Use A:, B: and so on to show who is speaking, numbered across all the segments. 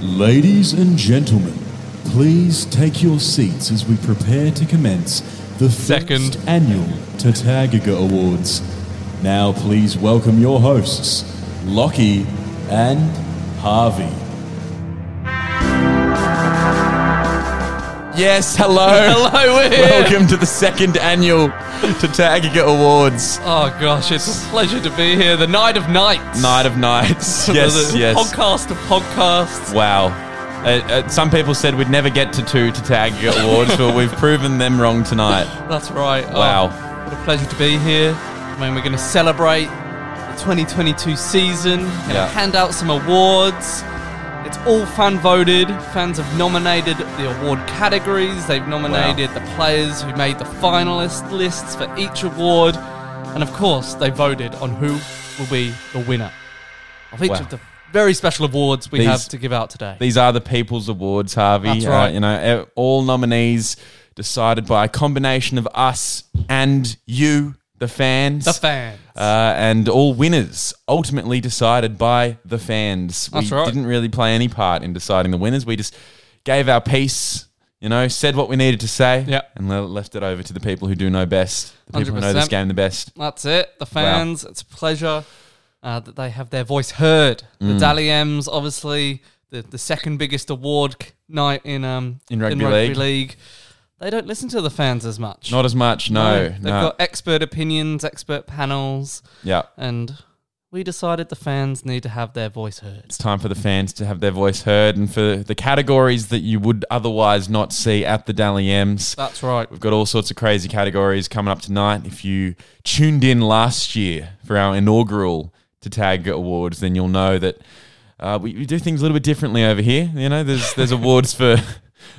A: Ladies and gentlemen, please take your seats as we prepare to commence the
B: Second.
A: first annual Tatagaga Awards. Now, please welcome your hosts, Lockie and Harvey.
C: Yes, hello.
B: Hello, we're here.
C: Welcome to the second annual Tatagaga Awards.
B: Oh gosh, it's a pleasure to be here. The night of nights.
C: Night of nights.
B: The-
C: Yes,
B: the
C: yes.
B: Podcast of podcasts.
C: Wow. Uh, uh, some people said we'd never get to two Tatagaga Awards, but we've proven them wrong tonight.
B: That's right. Oh,
C: Wow.
B: what a pleasure to be here. I mean, we're going to celebrate the 2022 season. Going to
C: Yeah.
B: hand out some awards. It's all fan voted. Fans have nominated the award categories. They've nominated the players who made the finalist lists for each award, and of course, they voted on who will be the winner of each
C: Wow.
B: of the very special awards we
C: These-
B: have to give out today.
C: These are the People's Awards, Harvey.
B: That's right.
C: Uh, you know, e- all nominees decided by a combination of us and you, the fans.
B: the fans.
C: Uh, and all winners ultimately decided by the fans.
B: That's
C: we
B: right.
C: didn't really play any part in deciding the winners. We just gave our piece, you know, said what we needed to say,
B: Yep.
C: and le- left it over to the people who do know best, the people who know this
B: 100%.
C: game the best.
B: That's it. The fans, it's a pleasure uh, that they have their voice heard.
C: Mm.
B: The Dally M's, obviously, the, the second biggest award c- night in um
C: In rugby league.
B: They don't listen to the fans as much.
C: Not as much, no,
B: They've
C: no.
B: got expert opinions, expert panels,
C: yeah.
B: and we decided the fans need to have their voice heard.
C: It's time for the fans to have their voice heard and for the categories that you would otherwise not see at the Dally M's.
B: That's right.
C: We've got all sorts of crazy categories coming up tonight. If you tuned in last year for our inaugural to tag awards, then you'll know that uh, we, we do things a little bit differently over here. You know, there's there's awards for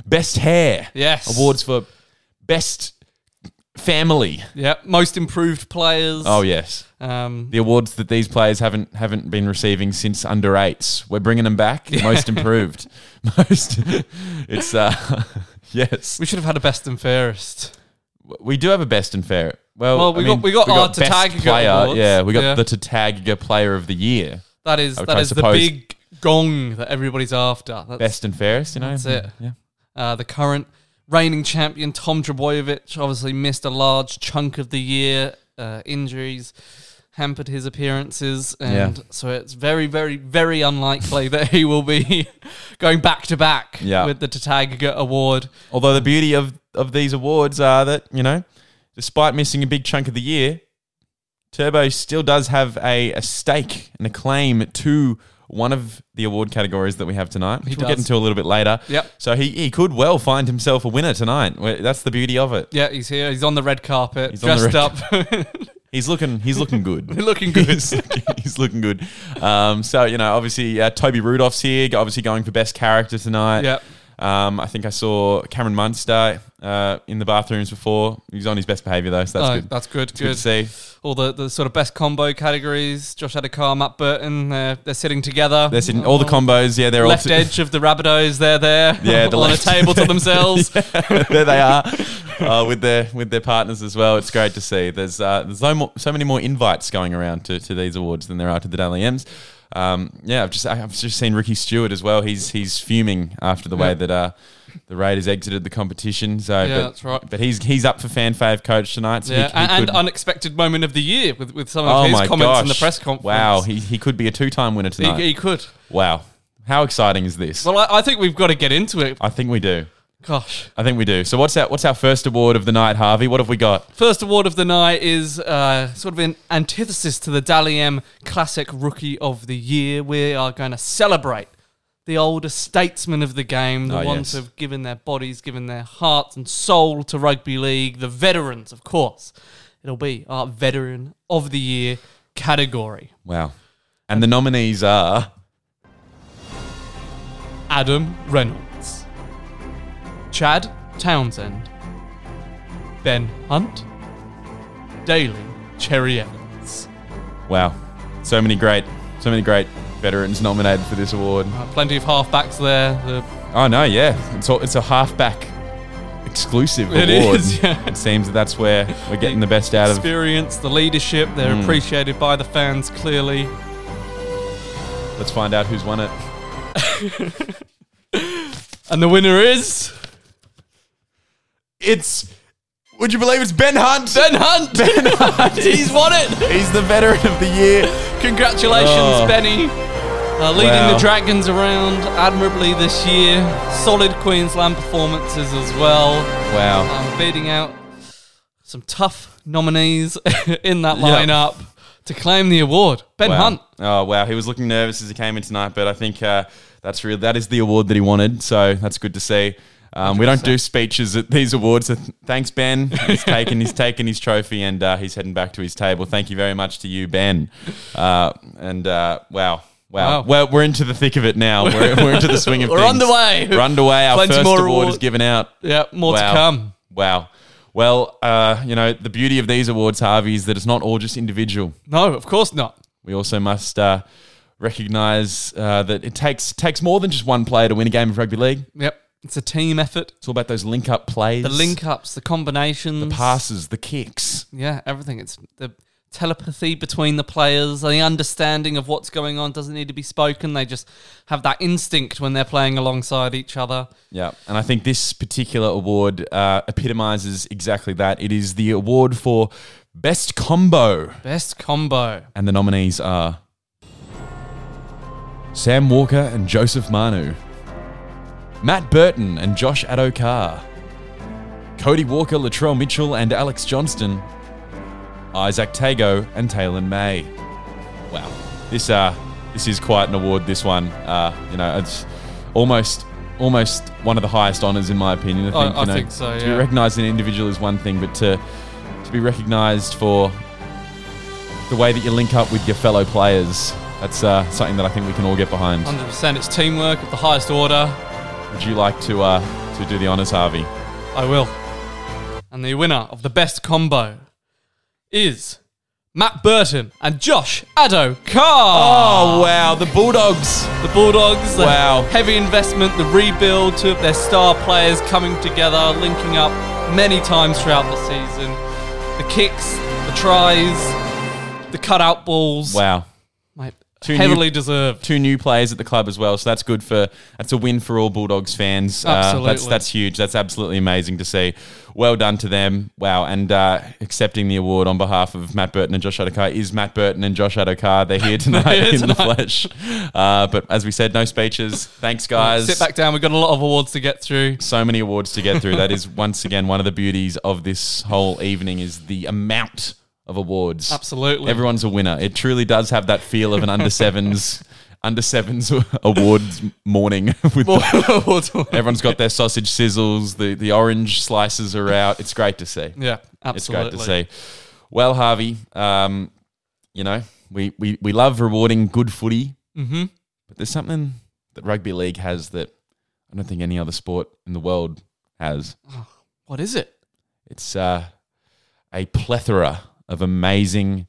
C: best hair,
B: Yes.
C: awards for best family.
B: Yeah. Most improved players.
C: Oh yes,
B: Um,
C: the awards that these players haven't haven't been receiving since under eights. We're bringing them back. Most improved, most. It's uh, yes.
B: we should have had a best and fairest.
C: We do have a best and fair. Well,
B: Well, we got- we got our
C: best
B: Tatagaga
C: player.
B: awards.
C: Yeah, we got
B: Yeah.
C: the Tatagaga player of the year.
B: That is
C: I would
B: that
C: kinda
B: is the
C: suppose-
B: big gong that everybody's after. That's,
C: Best and fairest, you know.
B: That's it.
C: Yeah.
B: Uh, the current reigning champion, Tom Drabojevic, obviously missed a large chunk of the year. Uh, injuries hampered his appearances. And
C: Yeah.
B: so it's very, very, very unlikely that he will be going back to back
C: Yeah.
B: with the Tatagaga Award.
C: Although the beauty of of these awards are that, you know, despite missing a big chunk of the year, Turbo still does have a, a stake and a claim to one of the award categories that we have tonight, which
B: He
C: we'll get
B: does.
C: into a little bit later.
B: Yep.
C: So he, he could well find himself a winner tonight. Well, That's the beauty of it.
B: Yeah, he's here. He's on the red carpet,
C: He's on the
B: dressed up.
C: He's looking he's looking good.
B: Looking good.
C: he's, looking, he's looking good. Um, so you know, obviously uh, Toby Rudolph's here, obviously going for best character tonight.
B: Yep.
C: Um, I think I saw Cameron Munster uh, in the bathrooms before. He was on his best behaviour though, so that's
B: Oh,
C: good.
B: That's good.
C: It's good. to see.
B: All the, the sort of best combo categories. Josh Adakar, Matt Burton, they're, they're sitting together.
C: They're sitting all the combos. Yeah, they're
B: Oh. left
C: all
B: edge of the Rabbitohs. They're there.
C: Yeah, the
B: all on a
C: left-
B: table to themselves.
C: there they are uh, with their with their partners as well. It's great to see. There's uh, there's so, more, so many more invites going around to, to these awards than there are to the Daily M's. Um, yeah, I've just I've just seen Ricky Stewart as well. He's he's fuming after the way
B: Yeah.
C: that uh, the Raiders exited the competition. So
B: Yeah,
C: but,
B: that's right.
C: But he's he's up for fan fave coach tonight. So he-
B: Yeah,
C: he
B: and, and
C: could-
B: unexpected moment of the year with, with some of
C: oh
B: his
C: my
B: comments in the
C: gosh.
B: press conference.
C: Wow, he, he could be a two time winner
B: he,
C: tonight.
B: he could.
C: wow, how exciting is this?
B: Well, I, I think we've got to get into it.
C: I think we do.
B: Gosh,
C: I think we do. So what's our what's our first award of the night, Harvey? What have we got?
B: first award of the night is uh, sort of an antithesis to the Dally M Classic Rookie of the Year. We are going to celebrate the older statesmen of the game, the
C: Oh,
B: ones
C: yes.
B: who've given their bodies, given their hearts and soul to rugby league, the veterans, of course. It'll be our Veteran of the Year category.
C: Wow. And the nominees are
B: Adam Reynolds, Chad Townsend, Ben Hunt, Daly Cherry Evans.
C: wow, so many great, so many great veterans nominated for this award.
B: Uh, plenty of halfbacks there. The,
C: Oh no, yeah, it's a, it's a halfback exclusive
B: It
C: award.
B: is, yeah.
C: It seems that that's where we're getting the best out of.
B: experience, the leadership, they're
C: Hmm.
B: appreciated by the fans clearly.
C: Let's find out who's won it.
B: And the winner is
C: It's would you believe it's Ben Hunt?
B: Ben Hunt! Ben Hunt! He's won it!
C: He's the veteran of the year.
B: Congratulations,
C: Oh.
B: Benny. Uh, leading
C: Wow.
B: the Dragons around admirably this year. Solid Queensland performances as well.
C: Wow.
B: um, beating out some tough nominees in that
C: Yeah.
B: lineup to claim the award. Ben
C: wow.
B: Hunt.
C: Oh wow, he was looking nervous as he came in tonight, but I think uh, that's real. That is the award that he wanted, so that's good to see. Um, we don't do speeches at these awards. So th- thanks, Ben. He's taken he's taken his trophy and uh, he's heading back to his table. Thank you very much to you, Ben. Uh, and uh, wow. Wow.
B: Wow.
C: Well, we're into the thick of it now. We're, we're into the swing of
B: We're
C: things.
B: on the way.
C: We're underway. Our
B: Plenty
C: first
B: more
C: award,
B: award-
C: is given out.
B: Yeah, more
C: Wow.
B: to come.
C: Wow. Well, uh, you know, the beauty of these awards, Harvey, is that it's not all just individual.
B: No, of course not.
C: We also must uh, recognise uh, that it takes takes more than just one player to win a game of rugby league.
B: Yep. It's a team effort.
C: It's all about those link up plays,
B: The link ups, the combinations. The
C: passes, the kicks.
B: Yeah, everything. It's the telepathy between the players, the understanding of what's going on doesn't need to be spoken. They just have that instinct when they're playing alongside each other.
C: Yeah, and I think this particular award uh, epitomises exactly that. It is the award for best combo,
B: Best combo.
C: and the nominees are Sam Walker and Joseph Manu, Matt Burton and Josh Adokar, Cody Walker, Latrell Mitchell and Alex Johnston, Isaac Tago and Taylor May. Wow, this uh, this is quite an award. This one, uh, you know, it's almost almost one of the highest honors in my opinion. I
B: I-
C: think,
B: I
C: you know,
B: think so,
C: To
B: yeah.
C: be recognised as an individual is one thing, but to to be recognised for the way that you link up with your fellow players. That's uh, something that I think we can all get behind.
B: 100% it's teamwork of the highest order.
C: Would you like to uh, to do the honors, Harvey?
B: I will. And the winner of the best combo is Matt Burton and Josh Addo Carr.
C: Oh wow, the Bulldogs!
B: The Bulldogs, the
C: Wow.
B: heavy investment, the rebuild to their star players coming together, linking up many times throughout the season. The kicks, the tries, the cutout balls.
C: Wow,
B: Mate,
C: Two
B: heavily
C: new-
B: deserved.
C: two new players at the club as well, so that's good for that's a win for all Bulldogs fans. Uh, that's
B: Absolutely.
C: that's huge. That's absolutely amazing to see. Well done to them. Wow, and uh, accepting the award on behalf of Matt Burton and Josh Adokar is Matt Burton and Josh Adokar. They're here tonight
B: here
C: in the
B: tonight.
C: flesh. Uh, but as we said, no speeches. Thanks, guys.
B: Sit back down. We've got a lot of awards to get through.
C: so many awards to get through. That is once again one of the beauties of this whole evening is the amount of awards.
B: Absolutely.
C: Everyone's a winner. It truly does have that feel of an under sevens under sevens awards morning with the-
B: Awards.
C: everyone's got their sausage sizzles, the, the orange slices are out. It's great to see.
B: yeah,
C: It's
B: absolutely.
C: great to see. Well, Harvey, um, you know, we, we, we love rewarding good footy,
B: Mm-hmm.
C: but there's something that rugby league has that I don't think any other sport in the world has.
B: What is it?
C: It's uh, a plethora of amazing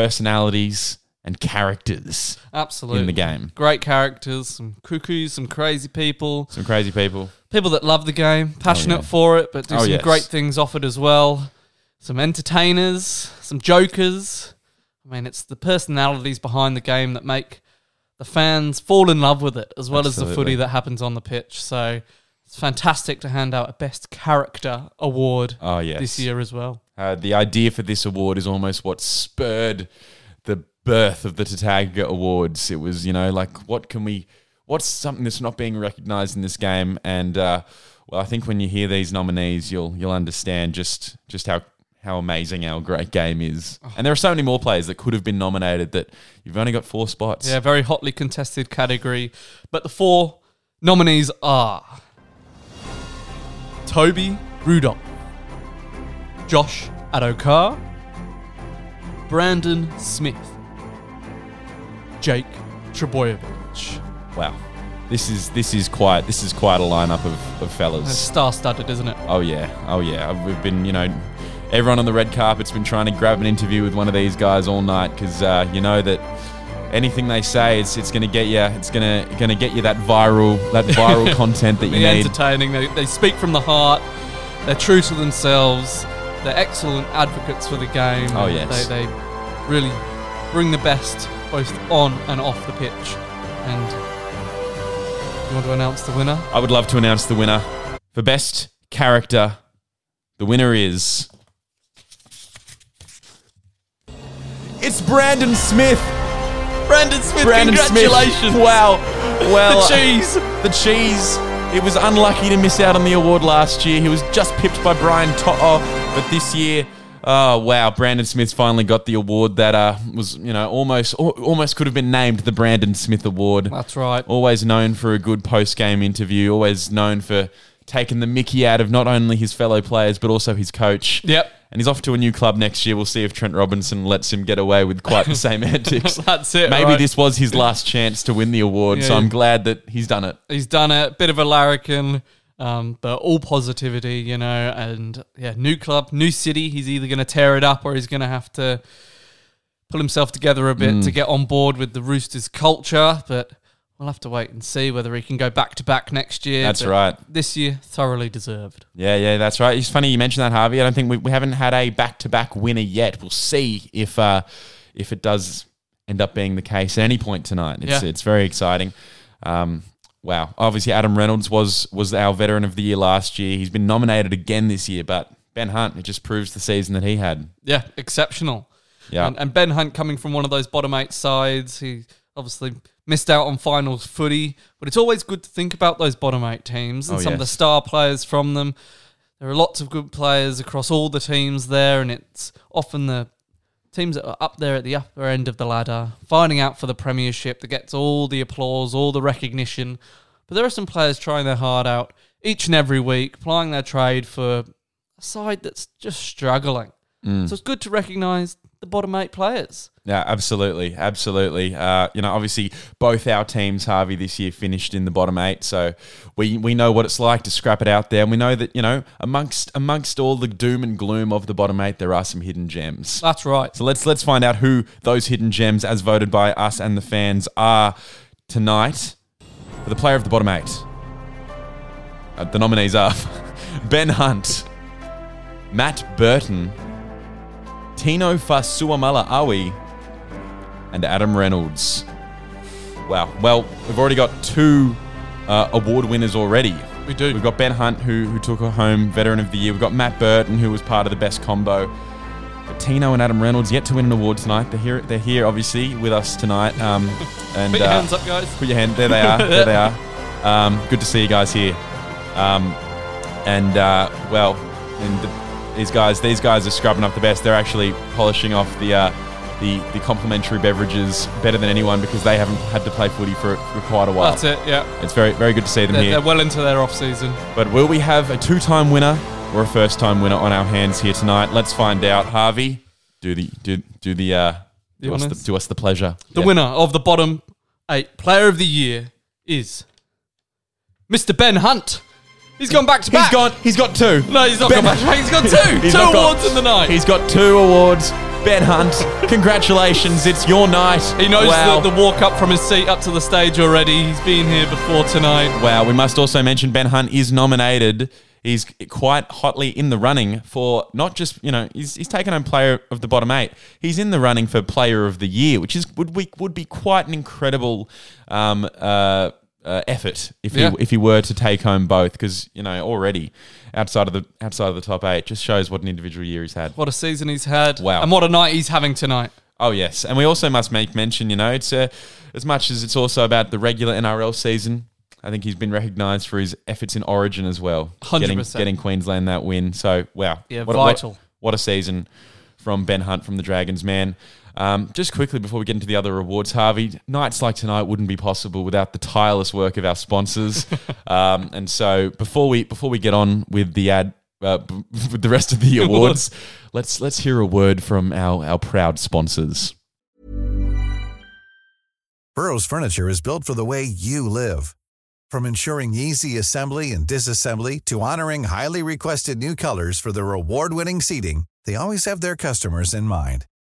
C: personalities and characters
B: Absolutely.
C: in the game.
B: great characters, some cuckoos, some crazy people,
C: Some crazy people.
B: people that love the game, passionate
C: Oh, yeah.
B: for it, but do
C: Oh,
B: some
C: yes.
B: great things offered as well. Some entertainers, some jokers. I mean, it's the personalities behind the game that make the fans fall in love with it, as well as the
C: Absolutely.
B: footy that happens on the pitch. So it's fantastic to hand out a Best Character award
C: Oh yes.
B: this year as well.
C: Uh, the idea for this award is almost what spurred the birth of the Tataga Awards. It was, you know, like what can we, what's something that's not being recognised in this game? And uh, well, I think when you hear these nominees, you'll you'll understand just just how how amazing our great game is. And there are so many more players that could have been nominated that you've only got four spots.
B: Yeah, very hotly contested category. But the four nominees are Toby Rudolph, Josh Adokar, Brandon Smith, Jake Trebojevic.
C: Wow. This is this is quite this is quite a lineup of, of
B: That's
C: fellas.
B: star-studded, isn't it?
C: Oh yeah, oh yeah. We've been you know, everyone on the red carpet's been trying to grab an interview with one of these guys all night because uh, you know that anything they say, it's it's gonna get you. It's gonna gonna get you that viral that viral content that you
B: They're
C: need.
B: entertaining. They, they speak from the heart. They're true to themselves. They're excellent advocates for the game.
C: Oh,
B: and
C: yes.
B: They, they really bring the best both on and off the pitch. And you want to announce the winner?
C: I would love to announce the winner for best character. The winner is. It's Brandon Smith.
B: Brandon Smith,
C: Brandon
B: congratulations.
C: Smith. Wow. Well,
B: The cheese.
C: The cheese. It was unlucky to miss out on the award last year. He was just pipped by Brian Toto, but this year, oh wow, Brandon Smith finally got the award that uh, was you know almost al- almost could have been named the Brandon Smith Award.
B: That's right.
C: Always known for a good post game interview. Always known for taking the Mickey out of not only his fellow players but also his coach.
B: Yep.
C: And he's off to a new club next year. We'll see if Trent Robinson lets him get away with quite the same antics.
B: That's it,
C: Maybe
B: alright.
C: this was his last chance to win the award,
B: Yeah,
C: so I'm
B: yeah.
C: glad that he's done it.
B: He's done it. Bit of a larrikin, um, but all positivity, you know. And yeah, new club, new city. He's either going to tear it up or he's going to have to pull himself together a
C: Mm.
B: bit to get on board with the Roosters culture. But we'll have to wait and see whether he can go back to back next year.
C: That's
B: But
C: right.
B: This year, thoroughly deserved.
C: Yeah, yeah, that's right. It's funny you mentioned that, Harvey. I don't think we, we haven't had a back to back winner yet. We'll see if uh, if it does end up being the case at any point tonight. It's
B: Yeah.
C: it's very exciting. Um, wow. Obviously, Adam Reynolds was was our veteran of the year last year. He's been nominated again this year, but Ben Hunt it just proves the season that he had.
B: Yeah, exceptional.
C: Yeah.
B: And, and Ben Hunt coming from one of those bottom eight sides, he obviously missed out on finals footy, but it's always good to think about those bottom eight teams and
C: Oh,
B: some of the
C: yes.
B: star players from them. There are lots of good players across all the teams there, and it's often the teams that are up there at the upper end of the ladder finding out for the premiership that gets all the applause, all the recognition. But there are some players trying their heart out each and every week, plying their trade for a side that's just struggling. So it's good to recognise the bottom eight players.
C: Yeah, absolutely, absolutely. Uh, you know, obviously, both our teams, Harvey, this year finished in the bottom eight, so we we know what it's like to scrap it out there, and we know that you know amongst amongst all the doom and gloom of the bottom eight, there are some hidden gems.
B: That's right.
C: So let's let's find out who those hidden gems, as voted by us and the fans, are tonight for the player of the bottom eight. Uh, the nominees are Ben Hunt, Matt Burton, Tino Fasuamala Awi, and Adam Reynolds. Wow. Well, we've already got two uh, award winners already.
B: We do.
C: We've got Ben Hunt, who who took her home Veteran of the Year. We've got Matt Burton, who was part of the best combo. But Tino and Adam Reynolds yet to win an award tonight. They're here. They're here, obviously, with us tonight. Um, and
B: Put your
C: uh,
B: hands up, guys.
C: Put your hand. There they are. there they are. Um, good to see you guys here. Um, and uh, well, and the, these guys, these guys are scrubbing up the best. They're actually polishing off the uh, the the complimentary beverages better than anyone because they haven't had to play footy for, for quite a while.
B: That's it, yeah.
C: It's very very good to see them
B: They're,
C: here.
B: they're well into their off season.
C: But will we have a two time winner or a first time winner on our hands here tonight? Let's find out. Harvey, do the do do the uh, do, us the,
B: honors?
C: do us the pleasure.
B: The
C: Yeah.
B: winner of the bottom eight player of the year is Mr. Ben Hunt. He's gone back to
C: He's
B: back.
C: got he's got two.
B: No, he's not
C: Ben-
B: gone back to back. He's got two.
C: He's
B: two
C: not got-
B: awards in the night.
C: He's got two awards. Ben Hunt, congratulations! It's your night.
B: he knows
C: wow.
B: the, the walk up from his seat up to the stage already. He's been here before tonight.
C: Wow, we must also mention Ben Hunt is nominated. He's quite hotly in the running for not just you know he's, he's taken home player of the bottom eight. He's in the running for player of the year, which is would be, would be quite an incredible um, uh, uh, effort if
B: Yeah.
C: he if he were to take home both because you know already outside of the outside of the top eight just shows what an individual year he's had.
B: What a season he's had.
C: Wow.
B: And what a night he's having tonight.
C: Oh yes, and we also must make mention. You know, it's uh, as much as it's also about the regular NRL season. I think he's been recognised for his efforts in Origin as well, getting
B: 100%.
C: getting Queensland that win. So wow,
B: Yeah,
C: a-
B: vital.
C: What, a season from Ben Hunt from the Dragons, man. Um, just quickly before we get into the other awards, Harvey, nights like tonight wouldn't be possible without the tireless work of our sponsors. um, and so before we before we get on with the ad. Uh, b- with the rest of the awards, let's let's hear a word from our our proud sponsors.
D: Burrow's furniture is built for the way you live. From ensuring easy assembly and disassembly to honoring highly requested new colors for their award-winning seating, they always have their customers in mind.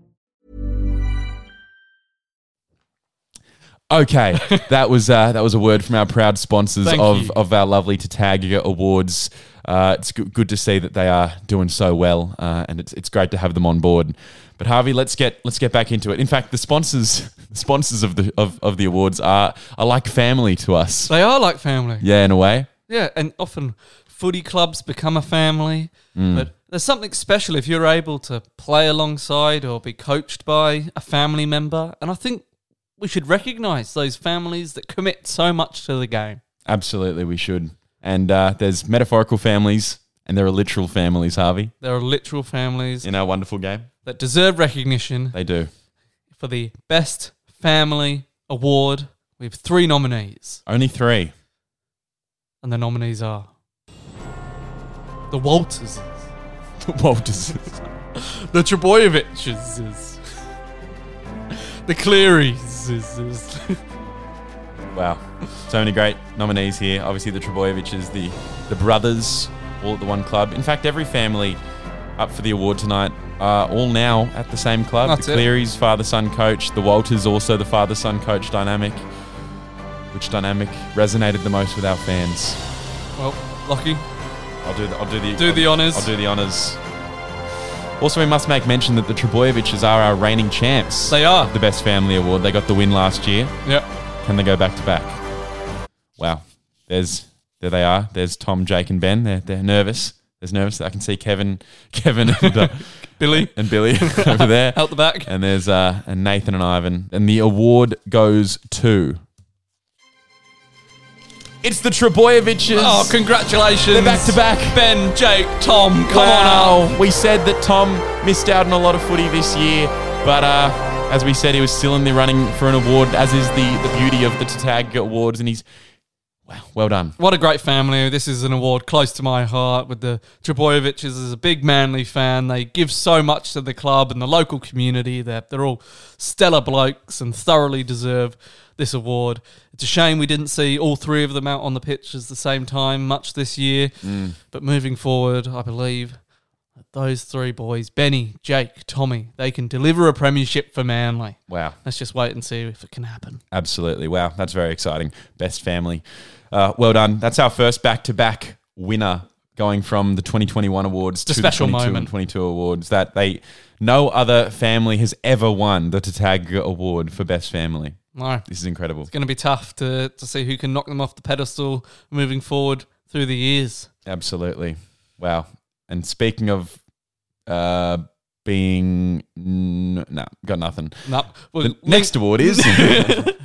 C: Okay, that was uh, that was a word from our proud sponsors
B: Thank
C: of,
B: you.
C: of our lovely Tataga Awards. Uh, it's good, good to see that they are doing so well, uh, and it's, it's great to have them on board. But Harvey, let's get let's get back into it. In fact, the sponsors the sponsors of the of, of the awards are are like family to us.
B: They are like family.
C: Yeah, in a way.
B: Yeah, and often footy clubs become a family. But there's something special if you're able to play alongside or be coached by a family member. And I think we should recognise those families that commit so much to the game.
C: Absolutely, we should. And uh, there's metaphorical families, and there are literal families, Harvey,
B: There are literal families
C: in our wonderful game.
B: that deserve recognition
C: They do.
B: for the Best Family Award. We have three nominees,
C: Only three.
B: and the nominees are the Walters,
C: The Walters.
B: the Trebojeviches, the Clearys.
C: Wow. So many great nominees here. Obviously, the Trebojeviches, the, the brothers, all at the one club. In fact, every family up for the award tonight are all now at the same club.
B: That's
C: the
B: it.
C: Clearys, father son coach. The Walters, also the father son coach dynamic. Which dynamic resonated the most with our fans?
B: Well, Lockie,
C: I'll do the, I'll do the
B: Do
C: I'll-
B: the honours.
C: I'll do the honors. Also, we must make mention that the Trebojeviches are our reigning champs.
B: They are.
C: the best family award. They got the win last year.
B: Yeah.
C: Can they go back to back? Wow. There's there they are. There's Tom, Jake, and Ben. They're they're nervous. There's nervous. I can see Kevin, Kevin, and, uh,
B: Billy
C: and Billy over there.
B: out the back.
C: And there's uh, and Nathan and Ivan. And the award goes to.
B: Oh,
C: It's the Trebojeviches.
B: Oh, congratulations.
C: They're back to back.
B: Ben, Jake, Tom, come on
C: Wow.
B: out.
C: We said that Tom missed out on a lot of footy this year, but uh, as we said, he was still in the running for an award, as is the, the beauty of the Tatag Awards, and he's wow, well done.
B: What a great family. This is an award close to my heart with the Trebojeviches as a big Manly fan. They give so much to the club and the local community. They're, they're all stellar blokes and thoroughly deserve this award. It's a shame we didn't see all three of them out on the pitch at the same time much this year. But moving forward, I believe that those three boys, Benny, Jake, Tommy, they can deliver a premiership for Manly.
C: Wow,
B: Let's just wait and see if it can happen.
C: absolutely. Wow, that's very exciting. Best family. Uh, well done. That's our first back to back winner going from the 2021 awards
B: a
C: to
B: special
C: the 22 and
B: moment.
C: 22 awards that they no other family has ever won the Tatag Award for best family.
B: No.
C: This is incredible.
B: It's going to be tough to, to see who can knock them off the pedestal moving forward through the years.
C: Absolutely. Wow. And speaking of uh, being. N- nah, got nothing.
B: No, well,
C: The
B: link-
C: next award is.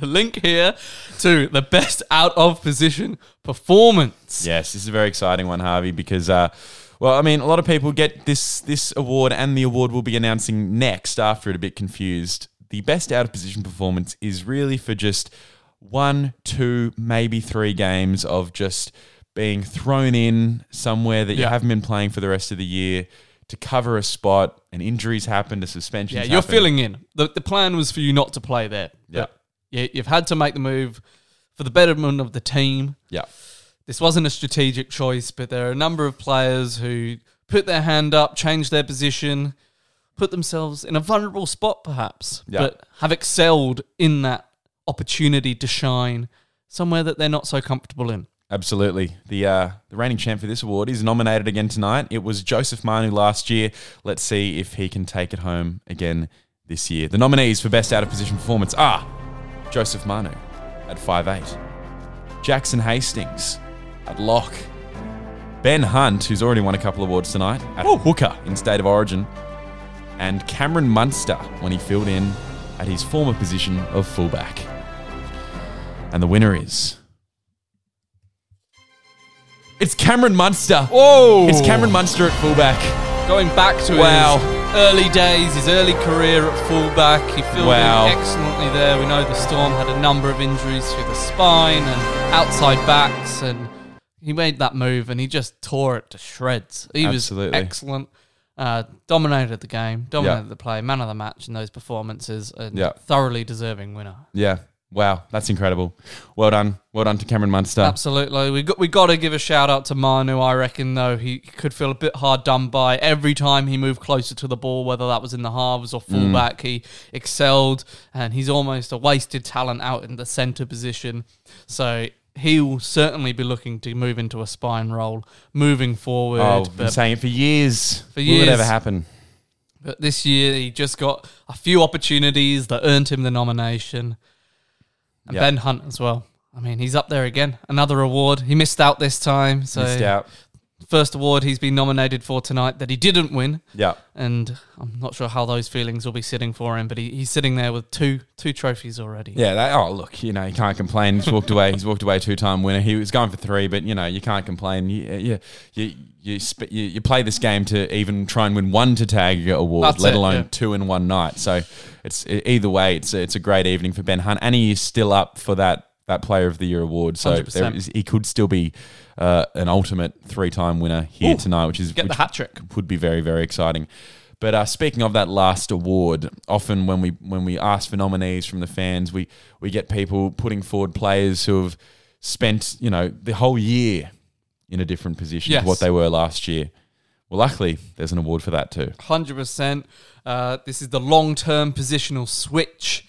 B: link here to the best out of position performance.
C: yes, this is a very exciting one, Harvey, because. Uh, well, I mean, a lot of people get this this award, and the award we'll be announcing next. After it, a bit confused. The best out of position performance is really for just one, two, maybe three games of just being thrown in somewhere that you
B: Yeah.
C: haven't been playing for the rest of the year to cover a spot, and injuries happen, to suspensions.
B: Yeah, you're
C: happen.
B: filling in. The, the plan was for you not to play there.
C: Yeah.
B: You, you've had to make the move for the betterment of the team.
C: Yeah.
B: This wasn't a strategic choice, but there are a number of players who put their hand up, changed their position, put themselves in a vulnerable spot perhaps,
C: Yeah.
B: but have excelled in that opportunity to shine somewhere that they're not so comfortable in.
C: Absolutely. The uh, the reigning champ for this award is nominated again tonight. It was Joseph Manu last year. Let's see if he can take it home again this year. The nominees for Best Out of Position Performance are Joseph Manu at 5'8, Jackson Hastings at lock, Ben Hunt, who's already won a couple awards tonight, at hooker in State of Origin, and Cameron Munster when he filled in at his former position of fullback. And the winner is. It's Cameron Munster.
B: Whoa!
C: It's Cameron Munster at fullback.
B: Going back to
C: Wow.
B: his early days, his early career at fullback, he filled
C: Wow.
B: in excellently there. We know the Storm had a number of injuries through the spine and outside backs, and he made that move and he just tore it to shreds. He
C: Absolutely.
B: was excellent, uh, dominated the game, dominated the play, man of the match in those performances, and
C: Yeah.
B: thoroughly deserving winner.
C: Yeah. Wow. That's incredible. Well done. Well done to Cameron Munster.
B: Absolutely, we got we got to give a shout out to Manu. I reckon though he could feel a bit hard done by every time he moved closer to the ball, whether that was in the halves
C: Mm.
B: or fullback. He excelled, and he's almost a wasted talent out in the centre position. So he will certainly be looking to move into a spine role moving forward.
C: Oh, I've been
B: but
C: saying it for years.
B: For
C: Will it
B: years.
C: ever happen?
B: but this year, he just got a few opportunities that earned him the nomination. And
C: Yeah.
B: Ben Hunt as well. I mean, he's up there again. Another award. He missed out this time. So
C: Missed out.
B: first award he's been nominated for tonight that he didn't win.
C: Yeah.
B: And I'm not sure how those feelings will be sitting for him, but he, he's sitting there with two two trophies already.
C: Yeah. That, oh, look. You know, you can't complain. He's walked away. He's walked away two-time winner. He was going for three, but you know, you can't complain. You uh, you you you, sp- you, you play this game to even try and win one Tataga award,
B: That's
C: let
B: it,
C: alone
B: yeah.
C: two in one night. So it's e- either way, it's a, it's a great evening for Ben Hunt, and he is still up for that. That Player of the Year award, so there
B: 100%.
C: is, he could still be uh, an ultimate three-time winner here
B: Ooh.
C: tonight, which is
B: Get the
C: which
B: hat trick.
C: would be very very exciting. But uh, speaking of that last award, often when we when we ask for nominees from the fans, we we get people putting forward players who have spent you know the whole year in a different position
B: Yes.
C: to what they were last year. Well, luckily, there's an award for that too.
B: Hundred percent. Uh, this is the long term positional switch,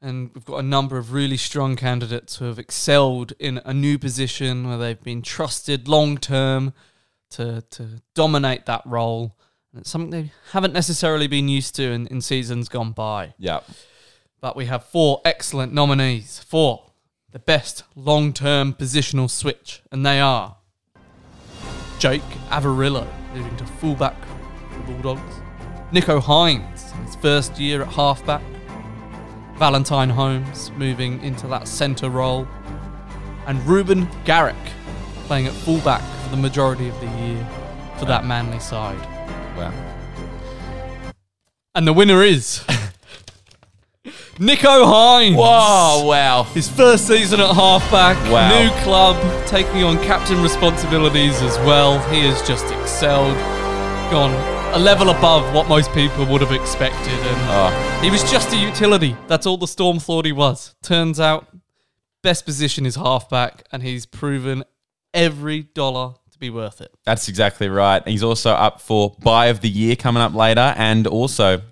B: and we've got a number of really strong candidates who have excelled in a new position where they've been trusted long term to to dominate that role. And it's something they haven't necessarily been used to in, in seasons gone by.
C: Yeah,
B: But we have four excellent nominees for the best long term positional switch, and they are Jake Avarillo, moving to fullback for the Bulldogs, Nico Hines, his first year at halfback, Valentine Holmes, moving into that centre role, and Ruben Garrick, playing at fullback for the majority of the year for that manly side.
C: wow,
B: And the winner is. Nico Hines! Oh,
C: wow, wow.
B: His first season at halfback,
C: Wow.
B: new club, taking on captain responsibilities as well. He has just excelled, gone a level above what most people would have expected, and
C: Oh,
B: he was just a utility. That's all the Storm thought he was. Turns out, best position is halfback, and he's proven every dollar to be worth it.
C: that's exactly right. He's also up for Buy of the Year coming up later, and also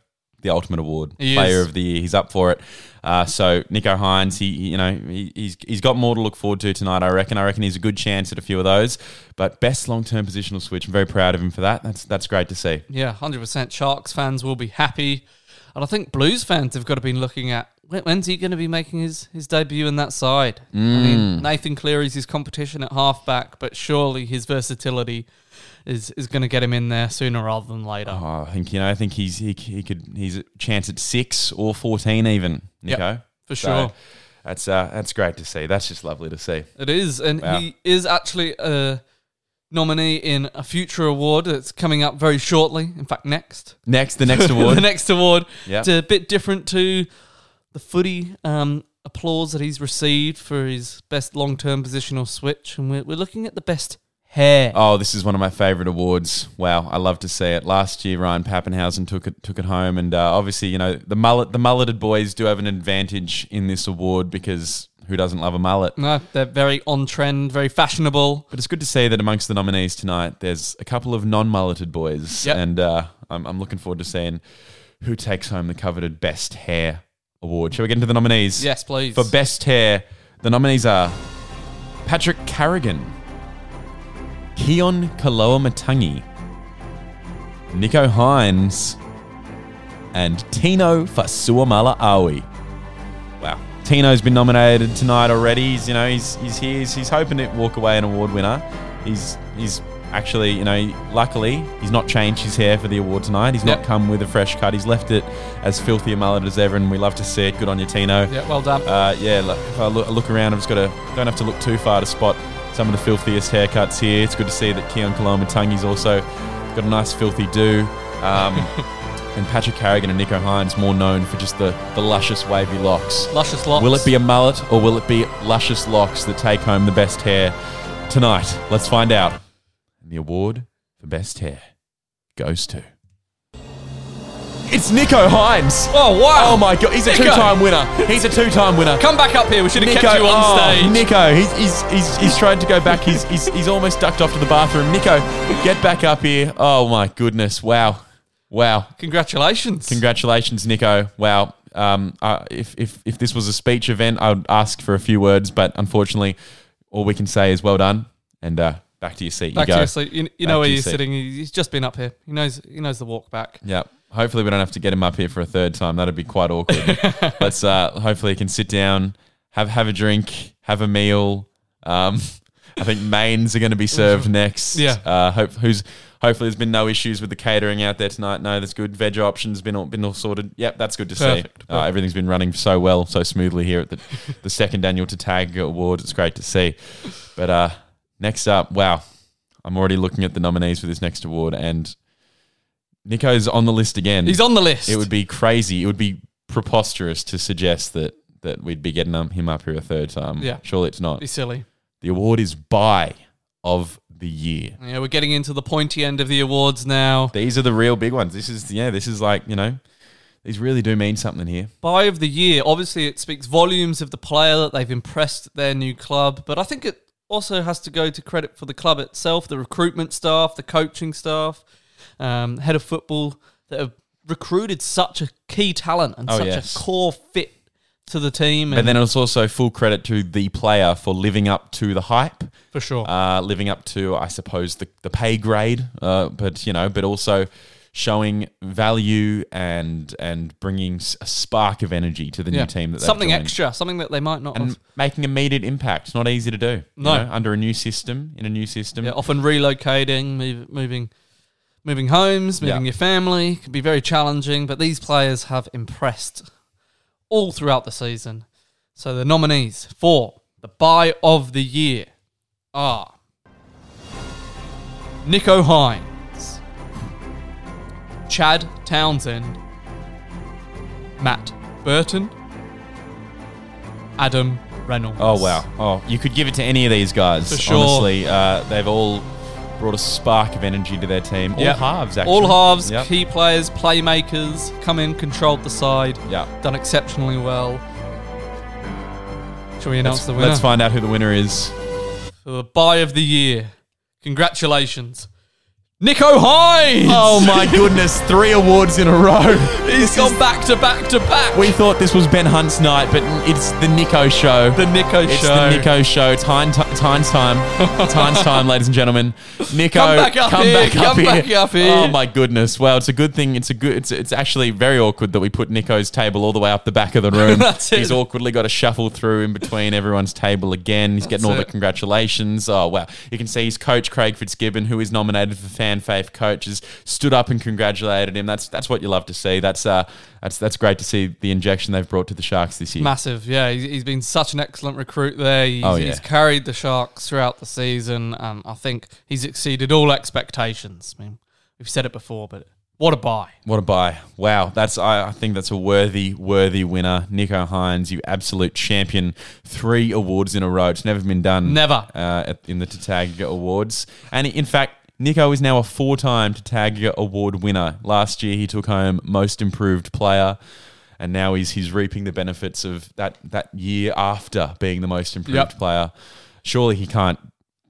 C: the Ultimate Award,
B: He
C: Player
B: is.
C: of the Year. He's up for it. Uh, so Nico Hines, he he- you know he, he's he's got more to look forward to tonight. I reckon. I reckon he's a good chance at a few of those. But best long term positional switch. I'm very proud of him for that. That's that's great to see.
B: Yeah, 100%. Sharks fans will be happy. And I think Blues fans have got to be looking at when- when's he going to be making his, his debut in that side? I mean, Nathan Cleary's his competition at halfback, but surely his versatility is, is going to get him in there sooner rather than later.
C: Oh, I think you know. I think he's he, he could he's a chance at six or fourteen even.
B: Yep,
C: Nico
B: for
C: So
B: sure.
C: That's uh, that's great to see. That's just lovely to see.
B: It is, and
C: Wow.
B: he is actually a nominee in a future award that's coming up very shortly. In fact, next.
C: Next, the next award.
B: the next award.
C: Yep.
B: It's a bit different to the footy um, applause that he's received for his best long term positional switch. And we're, we're looking at the best hair.
C: Oh, this is one of my favourite awards. Wow, I love to see it. Last year, Ryan Pappenhausen took it took it home, and uh, obviously, you know the mullet the mulleted boys do have an advantage in this award because who doesn't love a mullet?
B: No, they're very on trend, very fashionable.
C: But it's good to see that amongst the nominees tonight, there's a couple of non mulleted boys,
B: Yep.
C: and uh, I'm I'm looking forward to seeing who takes home the coveted best hair award. Shall we get into the nominees?
B: Yes, please.
C: For best hair, the nominees are Patrick Carrigan, Keon Kaloa Matangi, Nico Hines, and Tino Fasuamala Awi. Wow. Tino's been nominated tonight already. He's, you know, he's, he's here. He's, he's hoping to walk away an award winner. He's, he's actually, you know, luckily, he's not changed his hair for the award tonight. He's
B: Yep.
C: not come with a fresh cut. He's left it as filthy a mullet as ever, and we love to see it. Good on you, Tino.
B: Yeah, well done.
C: Uh, yeah, look, if I look, I look around, I've just got to, don't have to look too far to spot some of the filthiest haircuts here. It's good to see that Keon Kaloma Tungi's also got a nice filthy do. Um, and Patrick Carrigan and Nico Hines, more known for just the, the luscious wavy locks.
B: Luscious locks.
C: Will it be a mullet or will it be luscious locks that take home the best hair tonight? Let's find out. And the award for best hair goes to. It's Nico Hines.
B: Oh, wow.
C: Oh my god, he's a
B: Nico.
C: two-time winner. He's a two-time winner.
B: Come back up here. We should have kept you on
C: oh,
B: stage.
C: Nico, he's, he's, he's, he's tried to go back. He's, he's, he's almost ducked off to the bathroom. Nico, get back up here. Oh my goodness, wow, wow.
B: Congratulations.
C: Congratulations, Nico. Wow. Um, uh, if, if, if this was a speech event, I would ask for a few words, but unfortunately, all we can say is well done and uh, back to your seat.
B: Back
C: you
B: to
C: go.
B: your seat. You, you know
C: Back
B: where
C: to your
B: you're
C: seat. Mm.
B: sitting. He- He's just been up here. He knows. He knows the walk back.
C: Yeah. Hopefully, we don't have to get him up here for a third time. That'd be quite awkward. Let's uh, hopefully he can sit down, have have a drink, have a meal. Um, I think mains are going to be served next.
B: Yeah.
C: Uh, hope who's hopefully there's been no issues with the catering out there tonight. No, that's good. Veg options been all, been all sorted. Yep, that's good to
B: Perfect,
C: see. Uh, everything's been running so well, so smoothly here at the the second annual Tatag Awards. It's great to see. But uh, next up, wow, I'm already looking at the nominees for this next award and. Nico's on the list again.
B: He's on the list.
C: It would be crazy. It would be preposterous to suggest that that we'd be getting um, him up here a third time.
B: Yeah.
C: surely it's not.
B: be silly.
C: The award is by of the year.
B: Yeah, we're getting into the pointy end of the awards now.
C: These are the real big ones. This is yeah. This is like you know, these really do mean something here.
B: Buy of the year. Obviously, it speaks volumes of the player that they've impressed at their new club. But I think it also has to go to credit for the club itself, the recruitment staff, the coaching staff, um, head of football that have recruited such a key talent and
C: Oh,
B: such
C: yes.
B: a core fit to the team.
C: But then it's also full credit to the player for living up to the hype.
B: for sure,
C: uh, living up to, I suppose, the, the pay grade, uh, but you know, but also showing value and and bringing s- a spark of energy to the
B: Yeah.
C: new team that they've
B: something
C: joined.
B: extra, something that they might not
C: and
B: have.
C: making immediate impact. Not easy to do. you
B: No.
C: know, under a new system, in a new system.
B: Yeah, often relocating, move, moving, moving homes, moving
C: Yeah.
B: your family can be very challenging. But these players have impressed all throughout the season. So the nominees for the buy of the year are Nico Hines, Chad Townsend, Matt Burton, Adam Reynolds.
C: Oh wow! Oh, you could give it to any of these guys.
B: For sure.
C: Honestly, uh, they've all brought a spark of energy to their team. All
B: Yep.
C: halves, actually.
B: All halves,
C: Yep.
B: key players, playmakers, come in, controlled the side,
C: Yeah.
B: done exceptionally well. Shall we announce
C: Let's,
B: the winner?
C: let's find out who the winner is.
B: For the buy of the year. Congratulations. Nico Hines!
C: Oh my goodness! Three awards in a row.
B: He's gone back to back to back.
C: We thought this was Ben Hunt's night, but it's the Nico show.
B: the Nico
C: it's
B: show.
C: the Nico show. Time, ti- time's time. time's time, ladies and gentlemen. Nico,
B: Come back up
C: come
B: here,
C: Back up
B: come
C: here.
B: back up here.
C: Oh my goodness! Well, it's a good thing. It's a good. It's, it's actually very awkward that we put Nico's table all the way up the back of the room.
B: That's it.
C: He's awkwardly got to shuffle through in between everyone's table again. He's getting all
B: it.
C: the congratulations. Oh wow! You can see his coach Craig Fitzgibbon, who is nominated for fan fave coach, has stood up and congratulated him. That's that's what you love to see. That's uh, that's that's great to see the injection they've brought to the Sharks this year.
B: Massive, yeah. He's, he's been such an excellent recruit there. He's,
C: Oh, yeah.
B: he's carried the Sharks throughout the season, and I think he's exceeded all expectations. I mean, we've said it before, but what a buy.
C: What a buy! Wow, that's I, I think that's a worthy, worthy winner, Nico Hines. You absolute champion! Three awards in a row. It's never been done.
B: Never.
C: uh, at, in the Tatag Awards, and in fact, Nico is now a four-time Tatag Award winner. Last year, he took home Most Improved Player, and now he's he's reaping the benefits of that that year after being the Most Improved
B: Yep.
C: Player. Surely he can't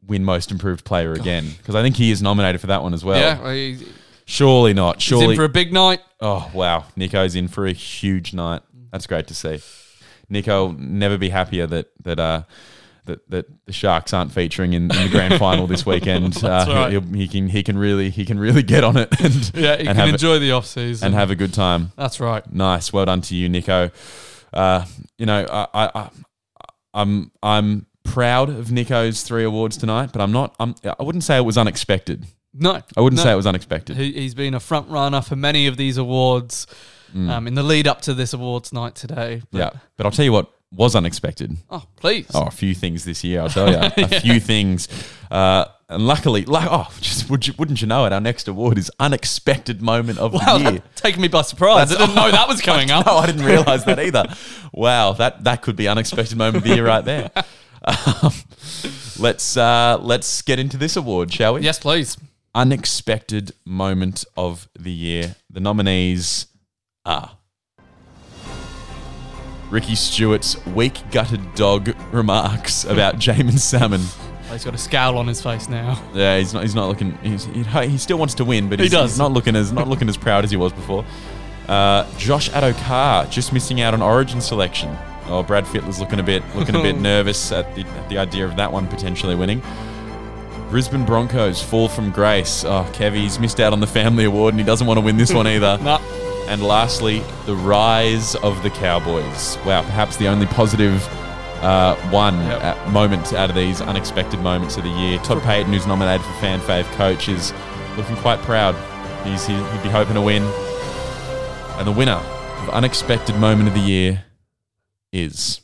C: win Most Improved Player again because I think he is nominated for that one as well.
B: yeah, he's, he's
C: Surely not. Surely
B: in for a big night.
C: Oh wow, Nico's in for a huge night. That's great to see. Nico will never be happier that that uh, that, that the Sharks aren't featuring in, in the grand final this weekend, uh,
B: right.
C: he'll- he can he can really he can really get on it and
B: Yeah, you
C: and
B: can
C: have
B: enjoy the off season.
C: and have a good time.
B: That's right.
C: Nice, well done to you, Nico. Uh, you know, I, I, I I'm I'm proud of Nico's three awards tonight, but I'm not. I'm I wouldn't say it was unexpected.
B: No,
C: I wouldn't
B: no.
C: say it was unexpected.
B: He, he's been a front runner for many of these awards um, in the lead up to this awards night today. But-
C: yeah, but I'll tell you what was unexpected.
B: Oh, please.
C: Oh, a few things this year, I'll tell you. A few things. Uh, and luckily, like, oh, just would you, wouldn't you know it? Our next award is unexpected moment of
B: wow,
C: the year.
B: that, taking me by surprise. I didn't know that was coming up.
C: No, I didn't realize that either. Wow, that that could be unexpected moment of the year right there. Um, let's uh, let's get into this award, shall we?
B: Yes, please.
C: Unexpected moment of the year. The nominees are Ricky Stewart's weak gutted dog remarks about Jamin Salmon.
B: Well, he's got a scowl on his face now.
C: Yeah, he's not. He's not looking. He's, he, he still wants to win, but
B: He
C: he's,
B: does.
C: he's not looking as not looking as proud as he was before. Uh, Josh Adokar just missing out on Origin selection. Oh, Brad Fittler's looking a bit looking a bit nervous at the at the idea of that one potentially winning. Brisbane Broncos fall from grace. Oh, Kevy's missed out on the family award and he doesn't want to win this one either.
B: Nah.
C: And lastly, the rise of the Cowboys. Wow, perhaps the only positive uh, one uh, moment out of these unexpected moments of the year. Todd Payton, who's nominated for Fan Fave Coach, is looking quite proud. He's, he- he'd be hoping to win. And the winner of Unexpected Moment of the Year is.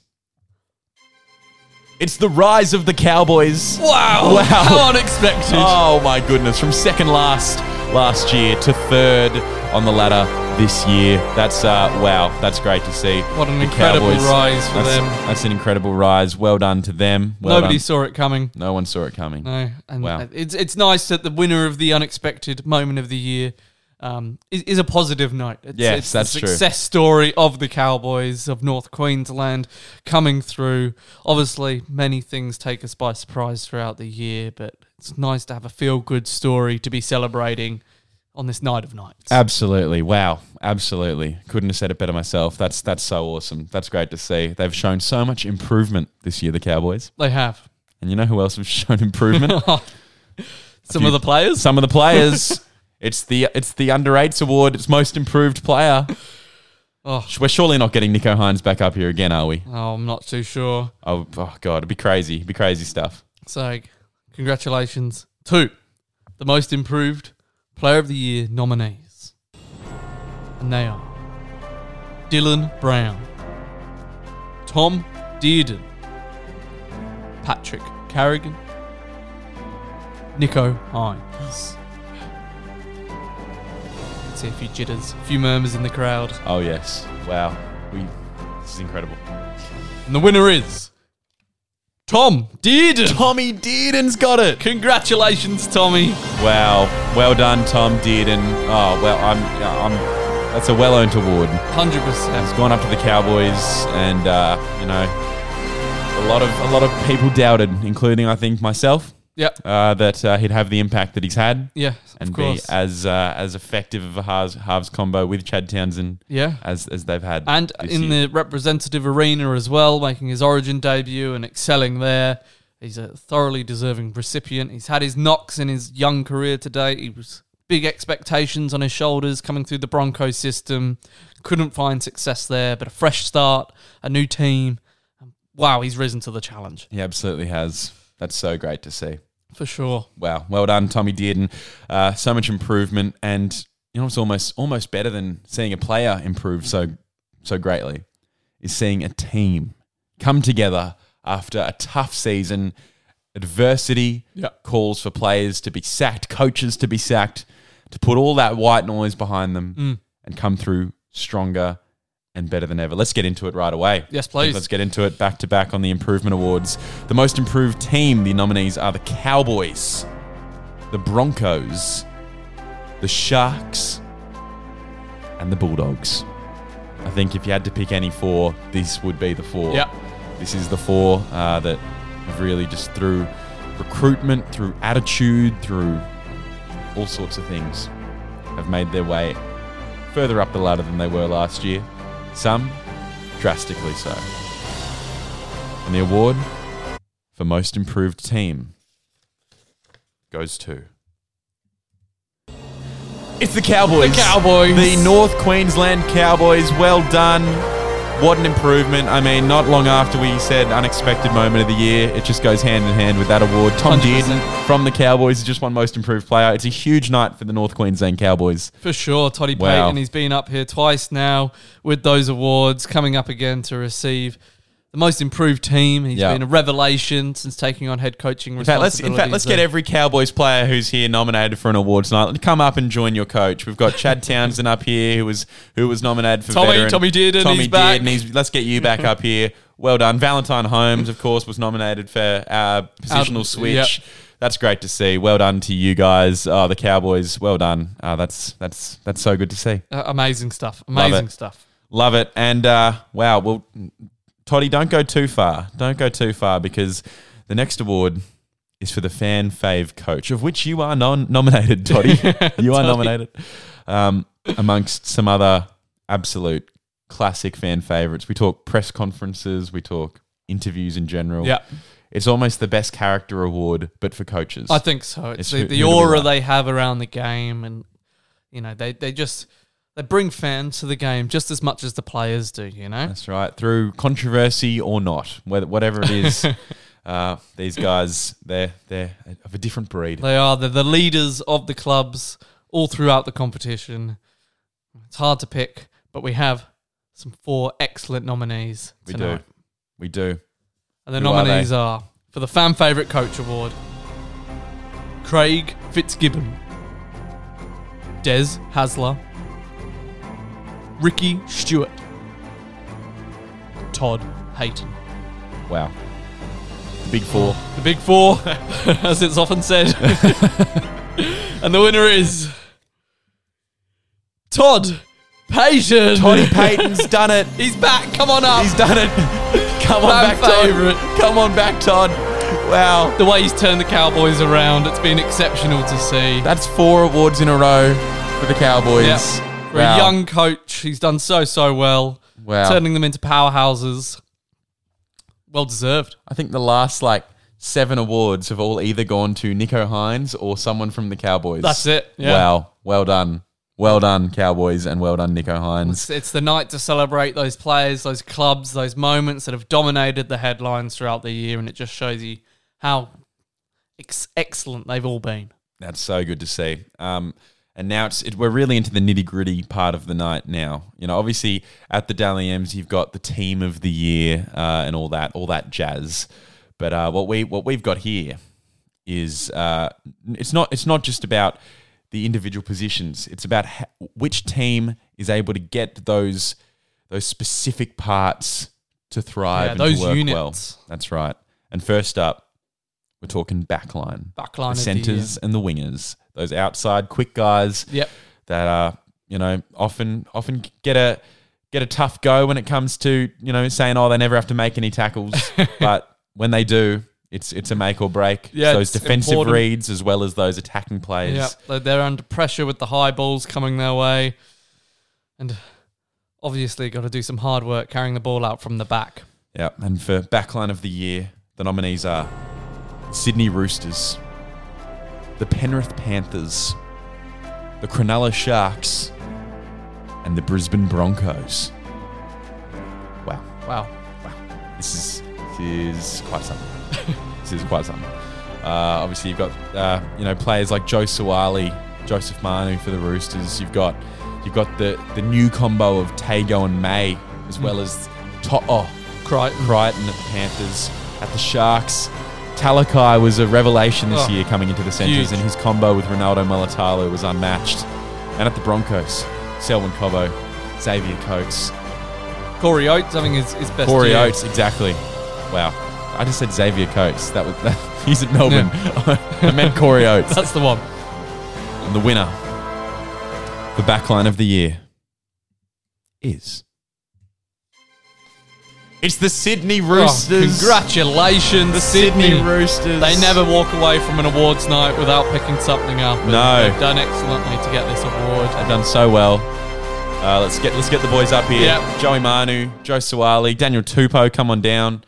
C: It's the rise of the Cowboys.
B: Wow.
C: Wow.
B: How unexpected.
C: Oh my goodness! From second last last year to third on the ladder this year. That's uh, wow. That's great to see.
B: What an incredible rise for
C: that's,
B: them.
C: That's an incredible rise. Well done to them. Well
B: Nobody
C: done.
B: saw it coming.
C: no one saw it coming.
B: No, and
C: Wow.
B: it's it's nice that the winner of the unexpected moment of the year um, is, is a positive note. It's,
C: Yes,
B: it's
C: that's
B: the
C: true.
B: success story of the Cowboys of North Queensland coming through. Obviously, many things take us by surprise throughout the year, but it's nice to have a feel good story to be celebrating on this night of nights.
C: Absolutely. Wow. Absolutely. Couldn't have said it better myself. That's that's so awesome. That's great to see. They've shown so much improvement this year, the Cowboys.
B: they have
C: And you know who else has shown improvement?
B: some
C: few-
B: of the players.
C: Some of the players. it's the it's the under eights award. It's most improved player.
B: Oh.
C: We're surely not getting Nico Hines back up here again, are we?
B: oh, I'm not too sure.
C: Oh, oh god, it'd be crazy. It'd be crazy stuff.
B: So, congratulations to the most improved player of the year nominees. And they are Dylan Brown, Tom Dearden, Patrick Carrigan, Nico Hines. Let's see a few jitters, a few murmurs in the crowd.
C: Oh yes. Wow. We this is incredible.
B: And the winner is Tom Dearden.
C: Tommy Dearden's got it.
B: Congratulations, Tommy.
C: Wow. Well done, Tom Dearden. Oh well I'm I'm that's a well earned award.
B: 100%.
C: He's gone up to the Cowboys and uh, you know a lot of a lot of people doubted, including I think myself,
B: Yep.
C: uh, that uh, he'd have the impact that he's had.
B: Yeah,
C: and
B: of
C: be
B: course.
C: as uh, as effective of a halves, halves combo with Chad Townsend
B: yeah.
C: as as they've had.
B: And
C: this
B: in
C: year.
B: the representative arena as well, making his origin debut and excelling there. He's a thoroughly deserving recipient. He's had his knocks in his young career today. He was big expectations on his shoulders coming through the Broncos system. Couldn't find success there, but a fresh start, a new team. Wow, he's risen to the challenge
C: he absolutely has. That's so great to see.
B: for sure.
C: Wow, well done, Tommy Dearden. Uh, so much improvement, and you know it's almost almost better than seeing a player improve so so greatly. Is seeing a team come together after a tough season, adversity
B: Yeah.
C: calls for players to be sacked, coaches to be sacked, to put all that white noise behind them
B: Mm.
C: and come through stronger and better than ever. Let's get into it right away.
B: Yes, please.
C: Let's get into it back to back on the Improvement Awards. The most improved team, the nominees are the Cowboys, the Broncos, the Sharks, and the Bulldogs. I think if you had to pick any four, this would be the four.
B: Yeah.
C: This is the four uh, that have really just through recruitment, through attitude, through all sorts of things, have made their way further up the ladder than they were last year. Some drastically so. And the award for most improved team goes to. It's the Cowboys.
B: The Cowboys.
C: The North Queensland Cowboys. Well done. What an improvement. I mean, not long after we said unexpected moment of the year, it just goes hand in hand with that award. Tom
B: 100%.
C: Dearden from the Cowboys has just won most improved player. It's a huge night for the North Queensland Cowboys.
B: For sure, Toddy
C: Wow.
B: Payton. He's been up here twice now with those awards, coming up again to receive the most improved team. He's
C: Yeah.
B: been a revelation since taking on head coaching
C: In fact, let's, in fact, let's get
B: responsibilities.
C: every Cowboys player who's here nominated for an award tonight. Come up and join your coach. We've got Chad Townsend up here, who was who was nominated for
B: Tommy-
C: veteran.
B: Tommy Dearden,
C: Tommy
B: he's back.
C: Dearden, he's- let's get you back up here. Well done, Valentine Holmes. Of course, was nominated for our positional
B: Out-
C: switch.
B: yep.
C: That's great to see. Well done to you guys, oh, the Cowboys. Well done. Uh, that's that's that's so good to see.
B: Uh, amazing stuff.
C: Love
B: Amazing
C: it.
B: stuff.
C: Love it. And uh, wow, well, Toddy, don't go too far. Don't go too far because the next award is for the fan fave coach, of which you are non- nominated, Toddy. you are nominated um, amongst some other absolute classic fan favorites. We talk press conferences, we talk interviews in general.
B: Yeah.
C: It's almost the best character award, but for coaches.
B: I think so. It's,
C: It's
B: the,
C: who-
B: the
C: who do we
B: aura
C: like?
B: they have around the game, and you know they they just they bring fans to the game just as much as the players do. You know,
C: That's right. Through controversy or not, whether, whatever it is, uh, these guys, they're, they're of a different breed.
B: they are the, the leaders of the clubs all throughout the competition. It's hard to pick, but we have some four excellent nominees
C: We
B: tonight.
C: do. We do.
B: And the
C: Who are
B: nominees
C: they?
B: are, for the fan favorite coach award, Craig Fitzgibbon, Des Hasler, Ricky Stewart, Todd Hayton.
C: Wow. The big four.
B: The big four, as it's often said. and the winner is Todd Payton.
C: Toddy Payton's done it.
B: He's back. Come on up.
C: He's done it. Come on
B: Fan
C: back,
B: favourite.
C: Todd. Come on back, Todd. Wow.
B: the way he's turned the Cowboys around, it's been exceptional to see.
C: That's four awards in a row for the Cowboys.
B: Yep. For
C: Wow.
B: a young coach, he's done so so well,
C: Wow.
B: turning them into powerhouses. Well deserved.
C: I think the last like seven awards have all either gone to Nico Hines or someone from the Cowboys.
B: That's it, yeah.
C: Wow. Well done. Well done, Cowboys, and well done, Nico Hines.
B: It's, it's the night to celebrate those players, those clubs, those moments that have dominated the headlines throughout the year, and it just shows you how ex- excellent they've all been.
C: That's so good to see. Um, and now it's it, we're really into the nitty gritty part of the night now. You know, obviously at the Daily M's you've got the team of the year uh, and all that, all that jazz. But uh, what we what we've got here is uh, it's not it's not just about the individual positions. It's about ha- which team is able to get those those specific parts to thrive
B: Yeah,
C: and
B: those
C: to work well.
B: units.
C: That's right. And first up, we're talking backline
B: Backline
C: the
B: of the
C: centers
B: year.
C: and the wingers, those outside quick guys
B: Yep.
C: that are you know often often get a get a tough go when it comes to you know saying oh they never have to make any tackles, but when they do, it's it's a make or break.
B: Yeah,
C: those
B: it's
C: defensive
B: important.
C: reads as well as those attacking plays.
B: Yep. They're- They're under pressure with the high balls coming their way, and obviously got to do some hard work carrying the ball out from the back.
C: Yeah, and for backline of the year, the nominees are Sydney Roosters, the Penrith Panthers, the Cronulla Sharks, and the Brisbane Broncos. Wow,
B: Wow.
C: this is this is quite something. this is quite something. Uh, obviously, you've got uh, you know players like Joe Suwali, Joseph Manu for the Roosters. You've got you've got the the new combo of Tago and May, as well as To'o
B: Crichton.
C: Brighton at the Panthers, at the Sharks. Talakai was a revelation this
B: Oh,
C: year coming into the centres,
B: huge.
C: and his combo with Ronaldo Molitalu was unmatched. And at the Broncos, Selwyn Cobo, Xavier Coates,
B: Corey Oates having his, his best
C: Corey
B: year.
C: Oates, exactly. Wow. I just said Xavier Coates. That was he's at Melbourne. I meant Corey Oates.
B: That's the one.
C: And the winner, the backline of the year, is it's the Sydney Roosters.
B: Oh, congratulations,
C: The
B: Sydney.
C: Sydney Roosters.
B: They never walk away from an awards night without picking something up. and
C: No.
B: They've done excellently to get this award.
C: They've done so well. Uh, let's get let's get the boys up here.
B: Yep.
C: Joey Manu, Joe Suwali, Daniel Tupou, come on down.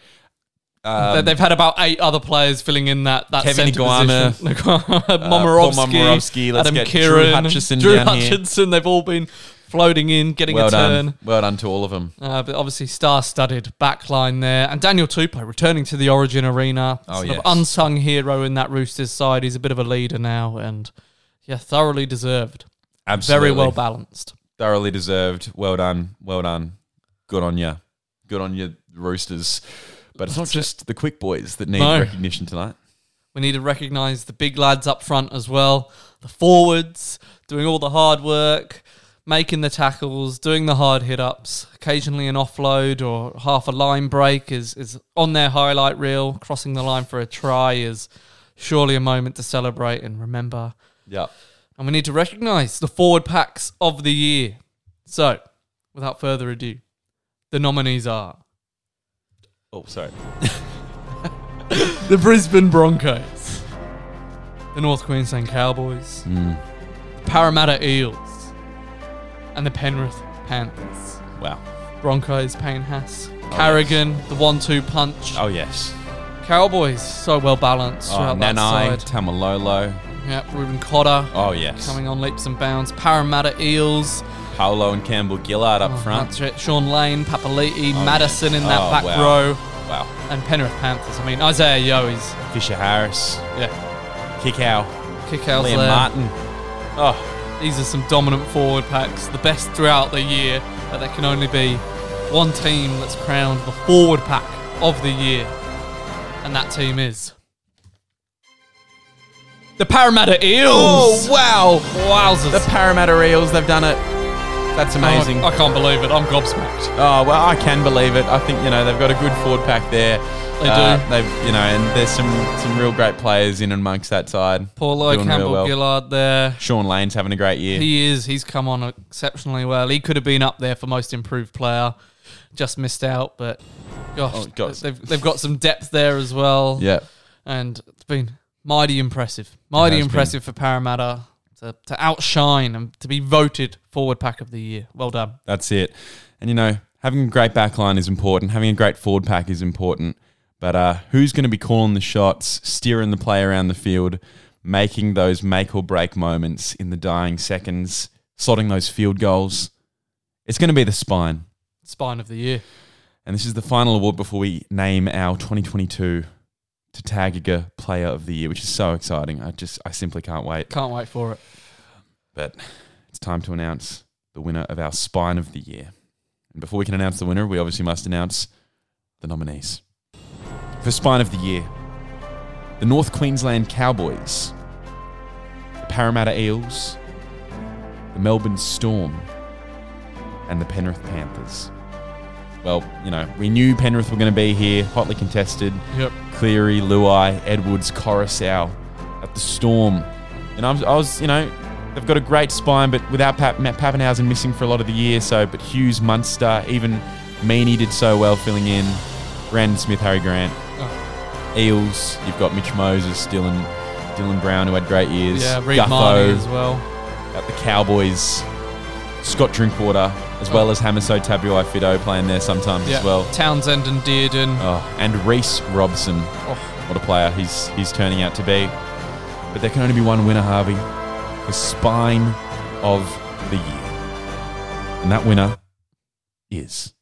B: They- They've had about eight other players filling in that that
C: Um, Kevin
B: centre
C: Iguana, Uh,
B: position. Momorovsky,
C: Paul Momorowski, let's
B: Adam
C: get Drew
B: Kieran,
C: Hutchison
B: Drew
C: down here.
B: Hutchinson. They've all been floating in, getting
C: well
B: a turn.
C: done. Well done to all of them.
B: Uh, but obviously, star-studded backline there, and Daniel Tupou returning to the Origin arena,
C: Oh,
B: sort
C: yes.
B: of unsung hero in that Roosters side. He's a bit of a leader now, and yeah, thoroughly deserved.
C: Absolutely.
B: Very well balanced.
C: Thoroughly deserved. Well done. Well done. Good on you. Good on you, Roosters. But it's not just the quick boys that need
B: No.
C: recognition tonight.
B: We need to recognise the big lads up front as well, the forwards doing all the hard work, making the tackles, doing the hard hit ups. Occasionally, an offload or half a line break is is on their highlight reel. Crossing the line for a try is surely a moment to celebrate and remember.
C: Yeah.
B: And we need to recognise the forward packs of the year. So, without further ado, the nominees are
C: Oh, sorry.
B: the Brisbane Broncos, the North Queensland Cowboys,
C: Hmm.
B: the Parramatta Eels, and the Penrith Panthers.
C: Wow.
B: Broncos, Payne Haas, Carrigan, the one-two punch.
C: Oh, yes.
B: Cowboys, so well balanced
C: Oh,
B: throughout that
C: Nanai,
B: side.
C: Tamalolo.
B: yeah, Ruben Cotter
C: Oh, yes.
B: coming on leaps and bounds. Parramatta Eels,
C: Paolo and Campbell Gillard up
B: Oh,
C: front.
B: that's it. Sean Lane, Papali'i, Madison in that
C: Oh,
B: back
C: wow.
B: row,
C: Wow.
B: and Penrith Panthers. I mean, Isaiah Yo is,
C: Fisher Harris.
B: yeah,
C: Kickow.
B: kick out
C: Liam
B: there.
C: Martin. Oh,
B: These are some dominant forward packs, the best throughout the year, but there can only be one team that's crowned the forward pack of the year, and that team is. The Parramatta Eels!
C: Oh, wow.
B: Wowzers.
C: The Parramatta Eels, they've done it. That's amazing.
B: Oh, I can't believe it. I'm gobsmacked.
C: Oh well, I can believe it. I think you know they've got a good forward pack there. Uh,
B: They do.
C: They've you know, and there's some some real great players in and amongst that side.
B: Paulo
C: Doing real
B: Campbell Gillard there.
C: Sean Lane's having a great year.
B: He is. He's come on exceptionally well. He could have been up there for most improved player. Just missed out, but gosh,
C: Oh, God.
B: they've they've got some depth there as well.
C: yeah,
B: and it's been mighty impressive. Mighty
C: has
B: impressive for Parramatta to to outshine and to be voted forward pack of the year. Well done.
C: that's it. And you know, having a great back line is important. Having a great forward pack is important. But uh, who's going to be calling the shots, steering the play around the field, making those make or break moments in the dying seconds, slotting those field goals? It's going to be the spine.
B: Spine of the year.
C: And this is the final award before we name our 2022 Tatagiga Player of the Year, which is so exciting. I just, I simply can't wait.
B: Can't wait for it.
C: But it's time to announce the winner of our Spine of the Year. And before we can announce the winner, we obviously must announce the nominees. For Spine of the Year, the North Queensland Cowboys, the Parramatta Eels, the Melbourne Storm, and the Penrith Panthers. Well, you know, we knew Penrith were going to be here, hotly contested.
B: Yep.
C: Cleary, Luai, Edwards, Coruscant at the Storm. And I was, I was, you know, they've got a great spine, but without Pap- Matt Pappenhausen missing for a lot of the year, so, but Hughes, Munster, even Meaney did so well filling in. Brandon Smith, Harry Grant.
B: Oh.
C: Eels, you've got Mitch Moses, Dylan, Dylan Brown, who had great years.
B: Yeah, Reed
C: Gutho
B: Marnie as well.
C: at the Cowboys. Scott Drinkwater, as well as Hamaso Tabuai Fido playing there sometimes
B: Oh. Yeah.
C: as well.
B: Townsend and Dearden.
C: Oh, and Reese Robson.
B: Oh.
C: What a player he's he's turning out to be. But there can only be one winner, Harvey. The spine of the year. And that winner is.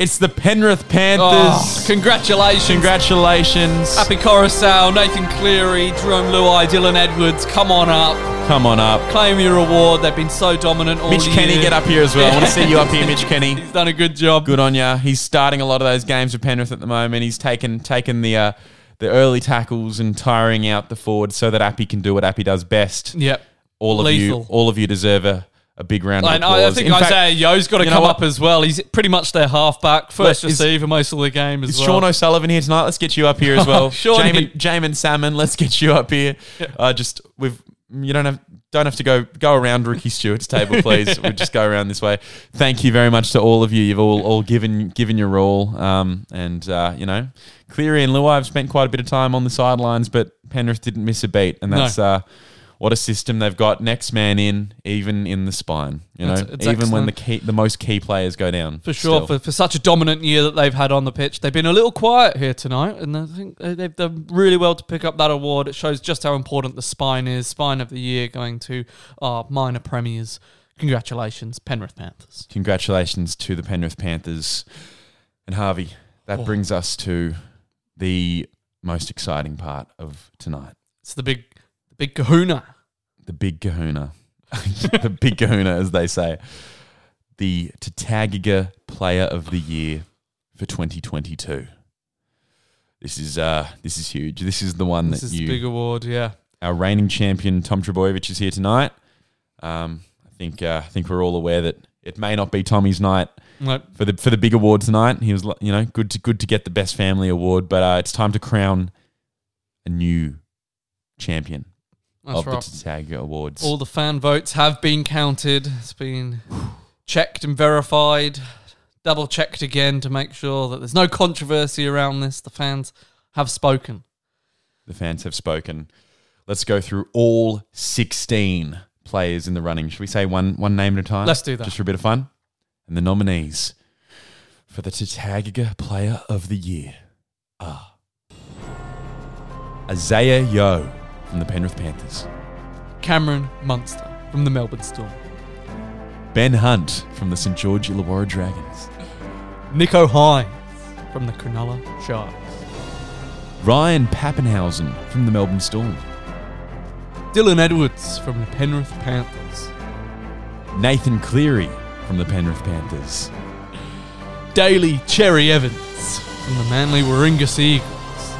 C: It's the Penrith
B: Oh,
C: Panthers.
B: congratulations.
C: Congratulations.
B: Happy Coruscant, Nathan Cleary, Jerome Luai, Dylan Edwards, come on up,
C: Come on up.
B: claim your award. They've been so dominant all
C: Mitch
B: year.
C: Kenny, get up here as well. I want to see you up here, Mitch Kenny.
B: He's done a good job.
C: Good on ya. He's starting a lot of those games with Penrith at the moment. He's taken taken the uh, the early tackles and tiring out the forwards so that Appy can do what Appy does best.
B: Yep.
C: All of
B: Lethal.
C: you, all of you deserve a, a big round of
B: And I, I
C: applause.
B: think
C: In fact,
B: Isaiah Yo's got to
C: you know
B: come
C: what?
B: up as well. He's pretty much their halfback, first
C: Look, is-
B: receiver most of the game as
C: Is
B: well. Oh,
C: Sean O'Sullivan here tonight? Let's get you up here as well.
B: Shaun,
C: Jamin, Jamin Salmon, let's get you up here. Uh, just we've you don't have don't have to go go around Ricky Stewart's table, please. we'll just go around this way. Thank you very much to all of you. You've all all given given your all. Um, and uh, you know, Cleary and Luai have spent quite a bit of time on the sidelines, but Penrith didn't miss a beat, and that's uh, what a system they've got. Next man in, even in the spine. You know,
B: It's- it's
C: even
B: excellent.
C: when the key, the most key players go down.
B: For sure, for, for such a dominant year that they've had on the pitch, they've been a little quiet here tonight, and I think they- they've done really well to pick up that award. It shows just how important the spine is. Spine of the year going to our minor premiers. Congratulations, Penrith Panthers.
C: Congratulations to the Penrith Panthers and Harvey.
B: Oh.
C: That brings us to the most exciting part of tonight.
B: It's the big, the big Kahuna.
C: the big kahuna. the big kahuna, as they say. The Tatagaga Player of the Year for 2022. This is uh, this is huge. This is the one
B: This
C: that
B: is
C: you,
B: the big award. Yeah,
C: our reigning champion Tom Trebojevic is here tonight. Um, I think uh, I think we're all aware that it may not be Tommy's night
B: Like,
C: for the for the big award tonight. He was like, you know good to good to get the best family award, but uh, it's time to crown a new champion
B: that's
C: of
B: right.
C: the Tatagaga Awards.
B: All the fan votes have been counted. It's been checked and verified, double checked again to make sure that there's no controversy around this. The fans have spoken.
C: The fans have spoken. Let's go through all 16 players in the running. Should we say one one name at a time?
B: Let's do that.
C: Just for a bit of fun. And the nominees for the Tatagaga Player of the Year are Isaiah Yo from the Penrith Panthers,
B: Cameron Munster from the Melbourne Storm,
C: Ben Hunt from the St George Illawarra Dragons,
B: Nico Hines from the Cronulla Sharks,
C: Ryan Pappenhausen from the Melbourne Storm,
B: Dylan Edwards from the Penrith Panthers,
C: Nathan Cleary from the Penrith Panthers,
B: Daly Cherry Evans from the Manly Warringah Seagulls,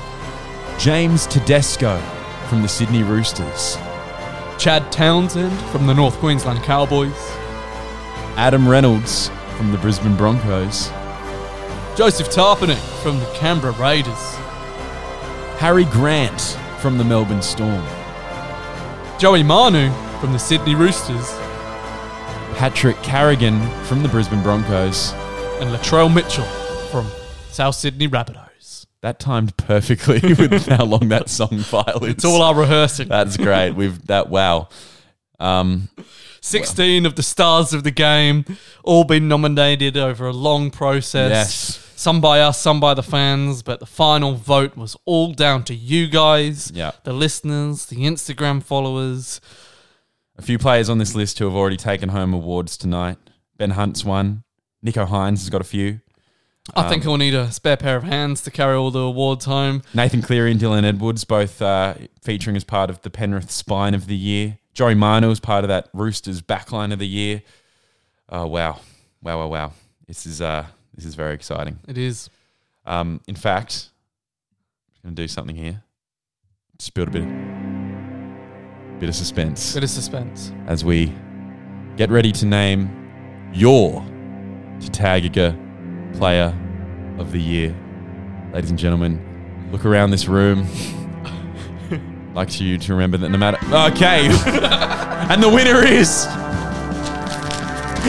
C: James Tedesco from the Sydney Roosters.
B: Chad Townsend from the North Queensland Cowboys,
C: Adam Reynolds from the Brisbane Broncos,
B: Joseph Tarpany from the Canberra Raiders.
C: Harry Grant from the Melbourne Storm,
B: Joey Manu from the Sydney Roosters
C: Patrick Carrigan from the Brisbane Broncos.
B: and Latrell Mitchell from South Sydney Rabbitohs.
C: That timed perfectly with how long that song file is.
B: It's all our rehearsing.
C: That's great. We've that wow. Um,
B: 16 of the stars of the game, all been nominated over a long process.
C: Yes.
B: Some by us, some by the fans, but the final vote was all down to you guys,
C: Yeah.
B: the listeners, the Instagram followers.
C: a few players on this list who have already taken home awards tonight. Ben Hunt's one. Nico Hines has got a few.
B: I think I'll need a spare pair of hands to carry all the awards home.
C: Nathan Cleary and Dylan Edwards both uh, featuring as part of the Penrith Spine of the Year. Joey Manu is part of that Roosters backline of the year. Oh wow, wow, wow, wow! This is uh, this is very exciting.
B: It is.
C: Um, in fact, I'm going to do something here. Just build a bit, bit of suspense
B: Bit of suspense.
C: as we get ready to name your Tatagaga Player of the Year. Ladies and gentlemen, look around this room. like to you to remember that no matter. Okay! and the winner is.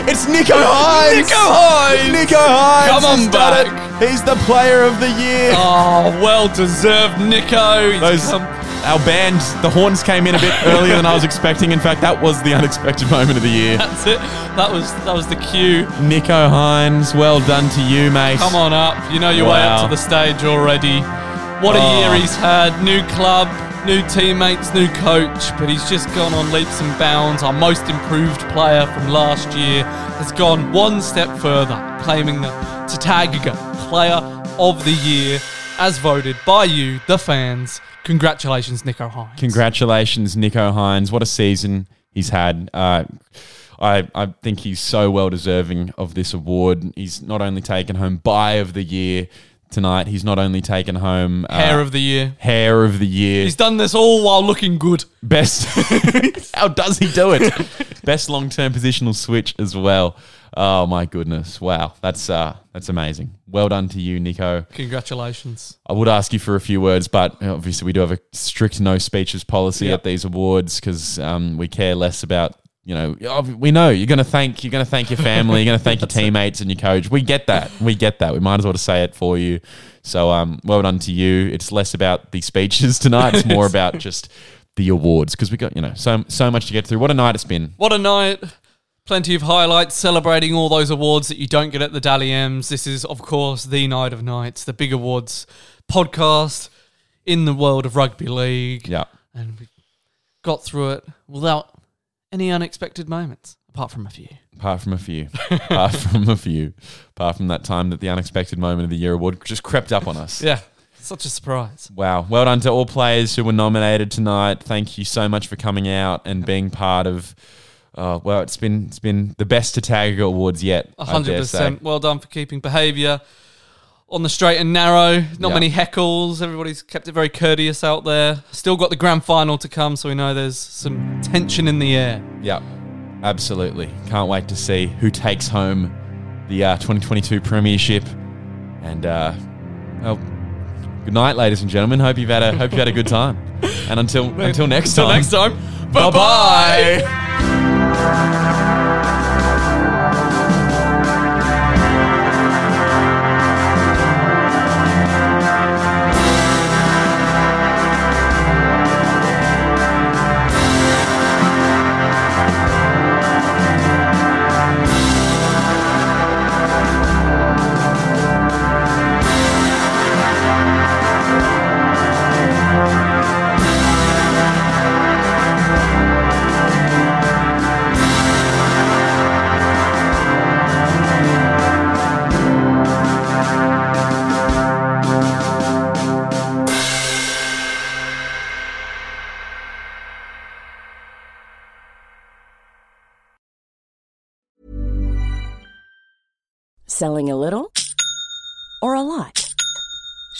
C: It's Nico Hines! Nico Hines! Nico Hines!
B: Come on
C: has done it.
B: back.
C: He's the Player of the Year!
B: Oh, well deserved, Nico. He's
C: Those,
B: come-
C: our band, the horns came in a bit earlier than I was expecting. In fact, that was the unexpected moment of the year.
B: That's it. That was that was the cue.
C: Nico Hines, well done to you, mate.
B: Come on up. You know your way
C: Wow.
B: up to the stage already. What a
C: Oh.
B: year he's had. New club, new teammates, new coach, but he's just gone on leaps and bounds. Our most improved player from last year has gone one step further, claiming the Tatagaga Player of the Year as voted by you, the fans. Congratulations, Nico Hines.
C: Congratulations, Nico Hines. What a season he's had. Uh, I, I think he's so well deserving of this award. He's not only taken home Buy of the Year tonight, he's not only taken home uh,
B: Hair of the year.
C: Hair of the Year.
B: He's done this all while looking good.
C: Best. How does he do it? Best long term positional switch as well. Oh my goodness! Wow, that's uh, that's amazing. Well done to you, Nico.
B: Congratulations.
C: I would ask you for a few words, but obviously we do have a strict no speeches policy at these awards because um, we care less about you know oh, we know you're going to thank you're going to thank your family, you're going to thank your teammates and your coach. We get that, we get that. We might as well just say it for you. So um, well done to you. It's less about the speeches tonight; it's more about just the awards because we got you know so so much to get through. What a night it's been.
B: What a night. Plenty of highlights celebrating all those awards that you don't get at the Dally M's. This is, of course, the night of nights, the big awards podcast in the world of rugby league.
C: Yeah,
B: And we got through it without any unexpected moments, apart from a few.
C: apart from a few, apart from a few, apart from that time that the unexpected moment of the year award just crept up on us.
B: Yeah. Such a surprise.
C: Wow. Well done to all players who were nominated tonight. Thank you so much for coming out and being part of. Uh, well, it's been it's been the best to Tag Awards yet. I dare say.
B: 100%. Well done for keeping behaviour on the straight and narrow. Not
C: Yeah.
B: many heckles. Everybody's kept it very courteous out there. Still got the grand final to come, so we know there's some tension in the air.
C: Yeah, absolutely. Can't wait to see who takes home the uh, 2022 Premiership. And uh, well, good night, ladies and gentlemen. Hope you've had a hope you had a good time. And until until next
B: Till
C: time.
B: next time.
C: Bye bye.
E: Selling a little or a lot?